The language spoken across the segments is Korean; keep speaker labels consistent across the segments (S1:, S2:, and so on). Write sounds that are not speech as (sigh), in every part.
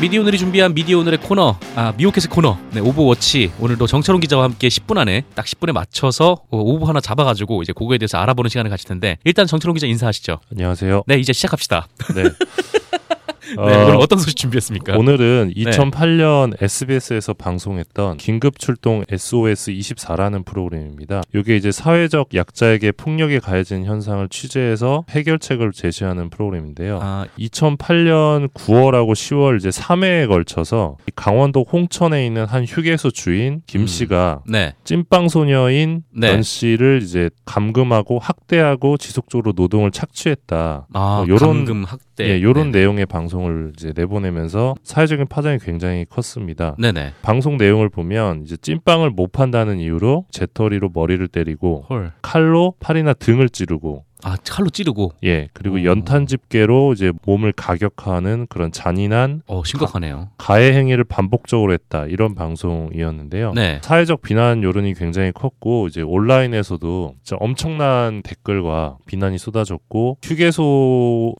S1: 미디어 오늘이 준비한 미디어 오늘의 코너, 아 미오캣의 코너, 네 오버워치 오늘도 정철훈 기자와 함께 10분 안에 딱 10분에 맞춰서 어, 오버 하나 잡아가지고 이제 그거에 대해서 알아보는 시간을 가질 텐데 일단 정철훈 기자 인사하시죠.
S2: 안녕하세요.
S1: 네 이제 시작합시다. (laughs)
S2: 네. 어,
S1: 네, 오늘 어떤 네. 소식 준비했습니까?
S2: 오늘은 2008년 SBS에서 방송했던 긴급 출동 SOS 24라는 프로그램입니다. 이게 이제 사회적 약자에게 폭력이 가해진 현상을 취재해서 해결책을 제시하는 프로그램인데요.
S1: 아,
S2: 2008년 9월하고 10월 이제 3회에 걸쳐서 이 강원도 홍천에 있는 한 휴게소 주인 김
S1: 음.
S2: 씨가
S1: 네,
S2: 찐빵 소녀인
S1: 네.
S2: 연 씨를 이제 감금하고 학대하고 지속적으로 노동을 착취했다.
S1: 아
S2: 뭐 요런-
S1: 감금 학대,
S2: 예, 요런
S1: 네.
S2: 내용의 방송을 이제 내보내면서 사회적인 파장이 굉장히 컸습니다.
S1: 네네.
S2: 방송 내용을 보면 이제 찐빵을 못 판다는 이유로 재터리로 머리를 때리고
S1: 헐.
S2: 칼로 팔이나 등을 찌르고
S1: 아 칼로 찌르고,
S2: 예, 그리고
S1: 오.
S2: 연탄 집게로 이제 몸을 가격하는 그런 잔인한
S1: 어 심각하네요.
S2: 가해 행위를 반복적으로 했다. 이런 방송이었는데요.
S1: 네.
S2: 사회적 비난 여론이 굉장히 컸고 이제 온라인에서도 진짜 엄청난 댓글과 비난이 쏟아졌고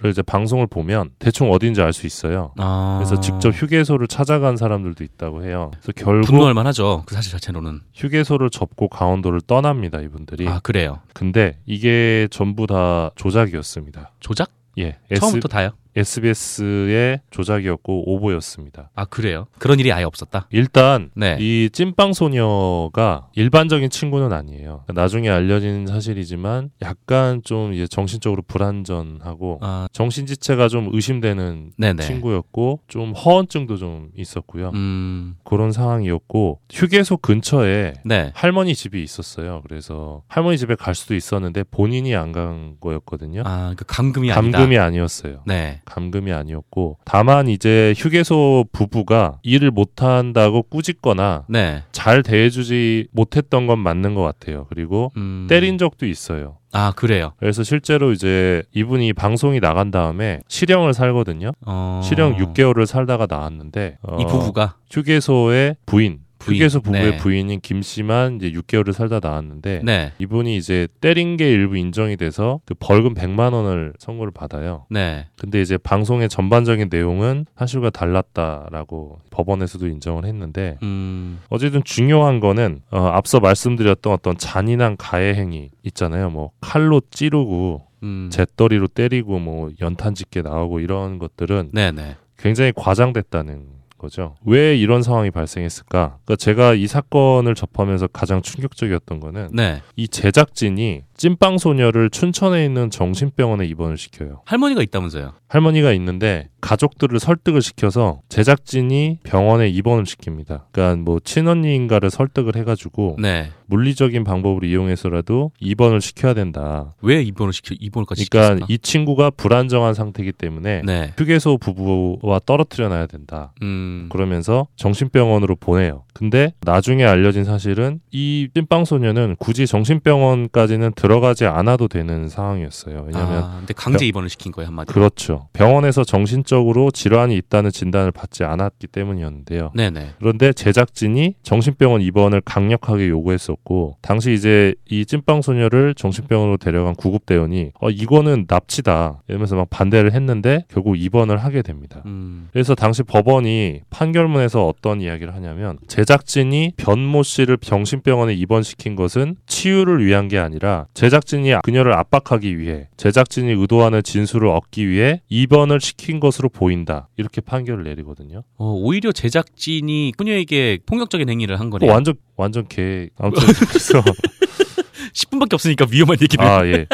S2: 휴게소를 이제 방송을 보면 대충 어딘지 알 수 있어요.
S1: 아 어,
S2: 그래서 직접 휴게소를 찾아간 사람들도 있다고 해요. 그래서 결국
S1: 분노할 만하죠. 그 사실 자체로는.
S2: 휴게소를 접고 강원도를 떠납니다 이분들이.
S1: 아 그래요.
S2: 근데 이게 전부 다 조작이었습니다.
S1: 조작?
S2: 예,
S1: 처음부터 다요?
S2: SBS의 조작이었고 오보였습니다.
S1: 아 그래요. 그런 일이 아예 없었다.
S2: 일단
S1: 네.
S2: 이 찐빵 소녀가 일반적인 친구는 아니에요. 그러니까 나중에 알려진 사실이지만 약간 좀 이제 정신적으로 불안전하고
S1: 아
S2: 정신지체가 좀 의심되는
S1: 네네.
S2: 친구였고 좀 허언증도 좀 있었고요.
S1: 음.
S2: 그런 상황이었고 휴게소 근처에
S1: 네.
S2: 할머니 집이 있었어요. 그래서 할머니 집에 갈 수도 있었는데 본인이 안 간 거였거든요.
S1: 아, 그 감금이 아니다.
S2: 감금이 아니었어요.
S1: 네.
S2: 감금이 아니었고 다만 이제 휴게소 부부가 일을 못한다고 꾸짖거나
S1: 네.
S2: 잘 대해주지 못했던 건 맞는 것 같아요. 그리고
S1: 음.
S2: 때린 적도 있어요.
S1: 아, 그래요.
S2: 그래서 실제로 이제 이분이 방송이 나간 다음에 실형을 살거든요.
S1: 어.
S2: 실형 6개월을 살다가 나왔는데 어,
S1: 이 부부가
S2: 휴게소의 부인,
S1: 부인,
S2: 휴게소 어. 부부의
S1: 네.
S2: 부인인 김 씨만 이제 6개월을 살다 나왔는데
S1: 네.
S2: 이분이 이제 때린 게 일부 인정이 돼서 그 벌금 100만 원을 선고를 받아요.
S1: 네.
S2: 근데 이제 방송의 전반적인 내용은 사실과 달랐다라고 법원에서도 인정을 했는데
S1: 음.
S2: 어쨌든 중요한 거는 어, 앞서 말씀드렸던 어떤 잔인한 가해 행위 있잖아요. 뭐 칼로 찌르고
S1: 음.
S2: 재떨이로 때리고 뭐 연탄 짓게 나오고 이런 것들은
S1: 네, 네.
S2: 굉장히 과장됐다는 거죠. 왜 이런 상황이 발생했을까? 그러니까 제가 이 사건을 접하면서 가장 충격적이었던 거는
S1: 네.
S2: 이 제작진이 찐빵 소녀를 춘천에 있는 정신병원에 입원을 시켜요.
S1: 할머니가 있다면서요.
S2: 할머니가 있는데 가족들을 설득을 시켜서 제작진이 병원에 입원을 시킵니다. 그러니까 뭐 친언니인가를 설득을 해가지고
S1: 네.
S2: 물리적인 방법을 이용해서라도 입원을 시켜야 된다.
S1: 왜 입원을 시켜 입원까지
S2: 그러니까
S1: 시켰을까?
S2: 이 친구가 불안정한 상태이기 때문에
S1: 네.
S2: 휴게소 부부와 떨어뜨려 놔야 된다.
S1: 음.
S2: 그러면서 정신병원으로 보내요. 근데 나중에 알려진 사실은 이 찐빵 소녀는 굳이 정신병원까지는 들어가지 않아도 되는 상황이었어요. 그러니까 왜냐면
S1: 아, 근데 강제 입원을 시킨 거예요, 한마디로.
S2: 그렇죠. 병원에서 정신적으로 질환이 있다는 진단을 받지 않았기 때문이었는데요.
S1: 네, 네.
S2: 그런데 제작진이 정신병원 입원을 강력하게 요구했었고 당시 이제 이 찐빵 소녀를 정신병원으로 데려간 구급 대원이 어 이거는 납치다 이러면서 막 반대를 했는데 결국 입원을 하게 됩니다.
S1: 음.
S2: 그래서 당시 법원이 판결문에서 어떤 이야기를 하냐면 제작진이 변모 씨를 정신병원에 입원시킨 것은 치유를 위한 게 아니라 제작진이 그녀를 압박하기 위해 제작진이 의도하는 진술을 얻기 위해 입원을 시킨 것으로 보인다 이렇게 판결을 내리거든요.
S1: 어, 오히려 제작진이 소녀에게 폭력적인 행위를 한
S2: 또
S1: 거네요.
S2: 완전 완전 개 아무튼
S1: (laughs)
S2: 그래서
S1: 10분밖에 없으니까 위험한 얘기를.
S2: 아 예.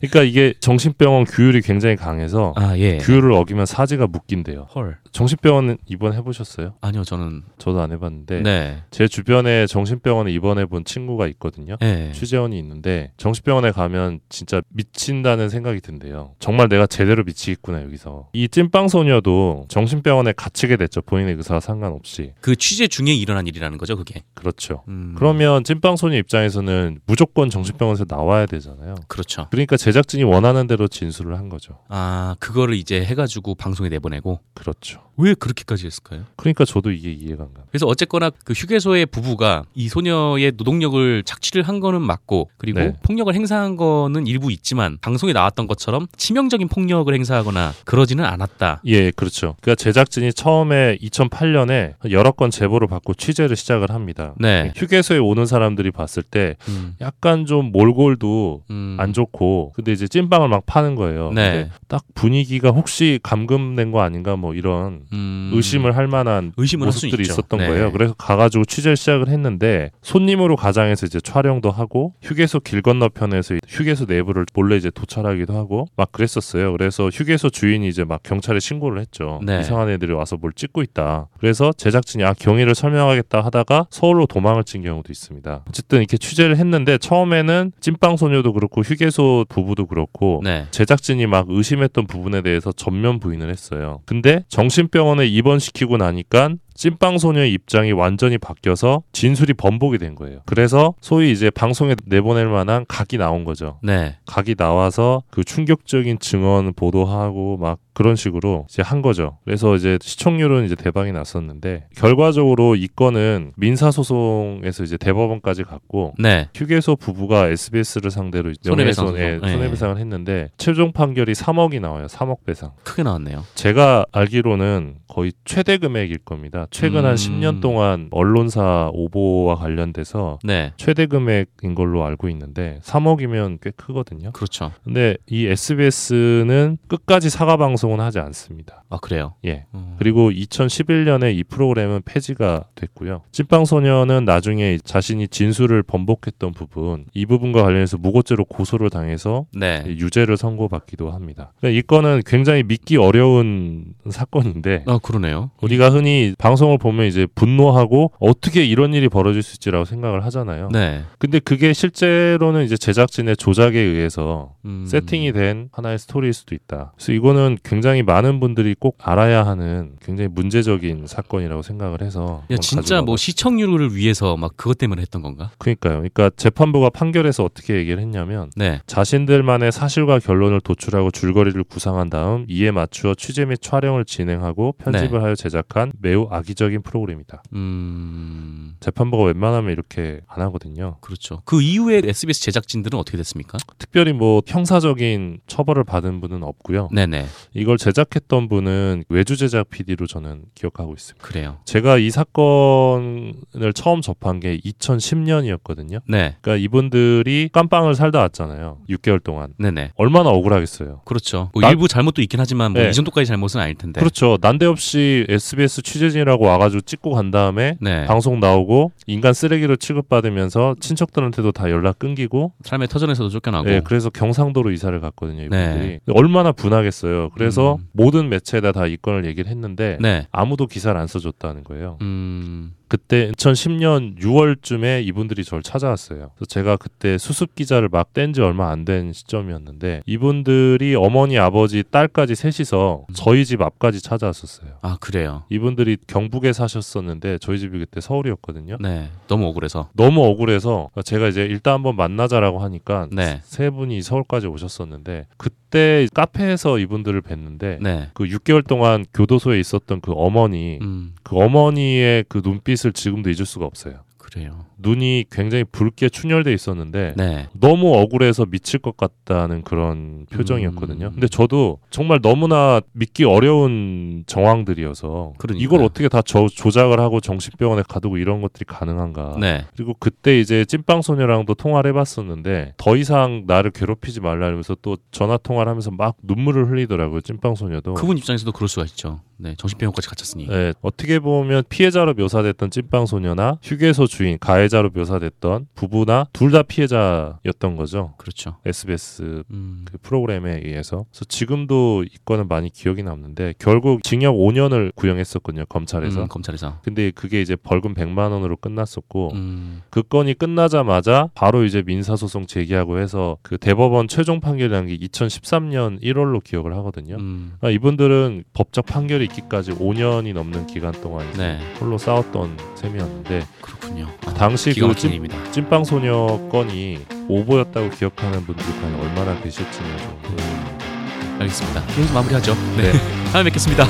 S2: 그러니까 이게 정신병원 규율이 굉장히 강해서
S1: 아, 예.
S2: 규율을 어기면 사지가 묶인대요.
S1: 헐.
S2: 정신병원 입원해 보셨어요?
S1: 아니요, 저는
S2: 저도 안 해봤는데
S1: 네.
S2: 제 주변에 정신병원에 입원해 본 친구가 있거든요.
S1: 네.
S2: 취재원이 있는데 정신병원에 가면 진짜 미친다는 생각이 든대요. 정말 내가 제대로 미치겠구나 여기서. 이 찐빵 소녀도 정신병원에 갇히게 됐죠. 본인의 의사와 상관없이.
S1: 그 취재 중에 일어난 일이라는 거죠, 그게.
S2: 그렇죠.
S1: 음,
S2: 그러면 찐빵 소녀 입장에서는 무조건 정신병원에서 나와야 되잖아요.
S1: 그렇죠.
S2: 그러니까 제작진이 원하는 대로 진술을 한 거죠.
S1: 아 그거를 이제 해가지고 방송에 내보내고
S2: 그렇죠.
S1: 왜 그렇게까지 했을까요?
S2: 그러니까 저도 이게 이해가 안 가요.
S1: 그래서 어쨌거나 그 휴게소의 부부가 이 소녀의 노동력을 착취를 한 거는 맞고 그리고
S2: 네.
S1: 폭력을 행사한 거는 일부 있지만 방송에 나왔던 것처럼 치명적인 폭력을 행사하거나 그러지는 않았다.
S2: 예, 그렇죠. 그러니까 제작진이 처음에 2008년에 여러 건 제보를 받고 취재를 시작을 합니다.
S1: 네.
S2: 휴게소에 오는 사람들이 봤을 때
S1: 음.
S2: 약간 좀 몰골도
S1: 음.
S2: 안 좋고 근데 이제 찐빵을 막 파는 거예요.
S1: 네.
S2: 근데 딱 분위기가 혹시 감금된 거 아닌가 뭐 이런
S1: 음.
S2: 의심을 할 만한
S1: 의심을 할수
S2: 모습들이
S1: 있죠.
S2: 있었던
S1: 네.
S2: 거예요. 그래서 가가지고 취재를 시작을 했는데 손님으로 가장해서 이제 촬영도 하고 휴게소 길 건너편에서 휴게소 내부를 몰래 이제 도찰하기도 하고 막 그랬었어요. 그래서 휴게소 주인이 이제 막 경찰에 신고를 했죠.
S1: 네.
S2: 이상한 애들이 와서 뭘 찍고 있다. 그래서 제작진이 아 경위를 설명하겠다 하다가 서울로 도망을 친 경우도 있습니다. 어쨌든 이렇게 취재를 했는데 처음에는 찐빵 소녀도 그렇고 휴게소 부부도 그렇고
S1: 네.
S2: 제작진이 막 의심했던 부분에 대해서 전면 부인을 했어요. 근데 정신병원에 입원시키고 나니까 찐빵 소녀의 입장이 완전히 바뀌어서 진술이 번복이 된 거예요. 그래서 소위 이제 방송에 내보낼 만한 각이 나온 거죠.
S1: 네.
S2: 각이 나와서 그 충격적인 증언 보도하고 막 그런 식으로 이제 한 거죠. 그래서 이제 시청률은 이제 대박이 났었는데 결과적으로 이 건은 민사 소송에서 이제 대법원까지 갔고
S1: 네.
S2: 휴게소 부부가 SBS를 상대로
S1: 손해배상
S2: 명예훼손, 예,
S1: 소송. 예.
S2: 손해배상을 했는데 최종 판결이 3억이 나와요. 3억 배상.
S1: 크게 나왔네요.
S2: 제가 알기로는 거의 최대 금액일 겁니다. 최근
S1: 음.
S2: 한 10년 동안 언론사 오보와 관련돼서
S1: 네.
S2: 최대 금액인 걸로 알고 있는데 3억이면 꽤 크거든요.
S1: 그렇죠.
S2: 근데 이 SBS는 끝까지 사과 방송은 하지 않습니다.
S1: 아 그래요.
S2: 예.
S1: 음.
S2: 그리고 2011년에 이 프로그램은 폐지가 됐고요. 찐빵소녀는 나중에 자신이 진술을 번복했던 부분, 이 부분과 관련해서 무고죄로 고소를 당해서
S1: 네.
S2: 유죄를 선고받기도 합니다. 그러니까 이 건은 굉장히 믿기 어려운 사건인데,
S1: 아 그러네요.
S2: 우리가 흔히 방송을 보면 이제 분노하고 어떻게 이런 일이 벌어질 수 있지라고 생각을 하잖아요.
S1: 네.
S2: 근데 그게 실제로는 이제 제작진의 조작에 의해서
S1: 음.
S2: 세팅이 된 하나의 스토리일 수도 있다. 그래서 이거는 굉장히 많은 분들이 꼭 알아야 하는 굉장히 문제적인 사건이라고 생각을 해서
S1: 야,
S2: 한번
S1: 진짜
S2: 가져가
S1: 뭐
S2: 봤-
S1: 시청률을 위해서 막 그것 때문에 했던 건가?
S2: 그러니까요. 그러니까 재판부가 판결에서 어떻게 얘기를 했냐면
S1: 네.
S2: 자신들만의 사실과 결론을 도출하고 줄거리를 구상한 다음 이에 맞추어 취재 및 촬영을 진행하고 편집을
S1: 네.
S2: 하여 제작한 매우 악의적인 프로그램이다.
S1: 음.
S2: 재판부가 웬만하면 이렇게 안 하거든요.
S1: 그렇죠. 그 이후에 SBS 제작진들은 어떻게 됐습니까?
S2: 특별히 뭐 형사적인 처벌을 받은 분은 없고요.
S1: 네네.
S2: 이걸 제작했던 분은 외주 제작 PD로 저는 기억하고 있습니다.
S1: 그래요.
S2: 제가 이 사건을 처음 접한 게 2010년이었거든요.
S1: 네.
S2: 그러니까 이분들이 깜빵을 살다 왔잖아요. 6개월 동안.
S1: 네네.
S2: 얼마나 억울하겠어요.
S1: 그렇죠. 뭐
S2: 나-
S1: 일부 잘못도 있긴 하지만 뭐
S2: 네.
S1: 이 정도까지 잘못은 아닐 텐데.
S2: 그렇죠. 난데없이 SBS 취재진이라고 와가지고 찍고 간 다음에
S1: 네.
S2: 방송 나오고 인간 쓰레기로 취급받으면서 친척들한테도 다 연락 끊기고
S1: 삶의 터전에서도 쫓겨나고.
S2: 네, 그래서 경상도로 이사를 갔거든요. 이분들이.
S1: 네.
S2: 얼마나 분하겠어요. 그래서
S1: 음.
S2: 모든 매체에다 다 이 건을 얘기를 했는데
S1: 네.
S2: 아무도 기사를 안 써줬다는 거예요.
S1: 음.
S2: 그때 2010년 6월쯤에 이분들이 저를 찾아왔어요. 그래서 제가 그때 수습 기자를 막 뗀 지 얼마 안 된 시점이었는데 이분들이 어머니, 아버지, 딸까지 셋이서 저희 집 앞까지 찾아왔었어요.
S1: 아 그래요.
S2: 이분들이 경북에 사셨었는데 저희 집이 그때 서울이었거든요.
S1: 네. 너무 억울해서.
S2: 너무 억울해서 제가 이제 일단 한번 만나자라고 하니까
S1: 네.
S2: 세 분이 서울까지 오셨었는데 그때 카페에서 이분들을 뵀는데
S1: 네.
S2: 그 6개월 동안 교도소에 있었던 그 어머니
S1: 음.
S2: 그 어머니의 그 눈빛을 지금도 잊을 수가 없어요.
S1: 그래요.
S2: 눈이 굉장히 붉게 충혈돼 있었는데
S1: 네.
S2: 너무 억울해서 미칠 것 같다는 그런 표정이었거든요.
S1: 음.
S2: 근데 저도 정말 너무나 믿기 어려운 정황들이어서
S1: 그러니까요.
S2: 이걸 어떻게 다 저, 조작을 하고 정신병원에 가두고 이런 것들이 가능한가.
S1: 네.
S2: 그리고 그때 이제 찐빵 소녀랑도 통화를 해봤었는데 더 이상 나를 괴롭히지 말라 이러면서 또 전화 통화를 하면서 막 눈물을 흘리더라고요. 찐빵 소녀도.
S1: 그분 입장에서도 그럴 수가 있죠. 네. 정신병원까지 갇혔으니.
S2: 예, 어떻게 보면 피해자로 묘사됐던 찐빵 소녀나 휴게소 주인 가해자로 묘사됐던 부부나 둘 다 피해자였던 거죠.
S1: 그렇죠.
S2: SBS
S1: 음.
S2: 그 프로그램에 의해서. 그래서 지금도 이 건은 많이 기억이 남는데 결국 징역 5년을 구형했었거든요 검찰에서.
S1: 음, 검찰에서.
S2: 근데 그게 이제 벌금 100만 원으로 끝났었고
S1: 음.
S2: 그 건이 끝나자마자 바로 이제 민사소송 제기하고 해서 그 대법원 최종 판결이 난 게 2013년 1월로 기억을 하거든요.
S1: 음.
S2: 그러니까 이분들은 법적 판결이 있기까지 5년이 넘는 기간 동안 이제
S1: 네.
S2: 홀로 싸웠던 셈이었는데
S1: 그렇군요.
S2: 당시
S1: 기가
S2: 그
S1: 막힌
S2: 찐,
S1: 일입니다.
S2: 찐빵 소녀 건이 오보였다고 기억하는 분들이 과연 얼마나 계실지는 좀.
S1: 네. 알겠습니다. 여기서 마무리하죠. 네. 다음에 뵙겠습니다.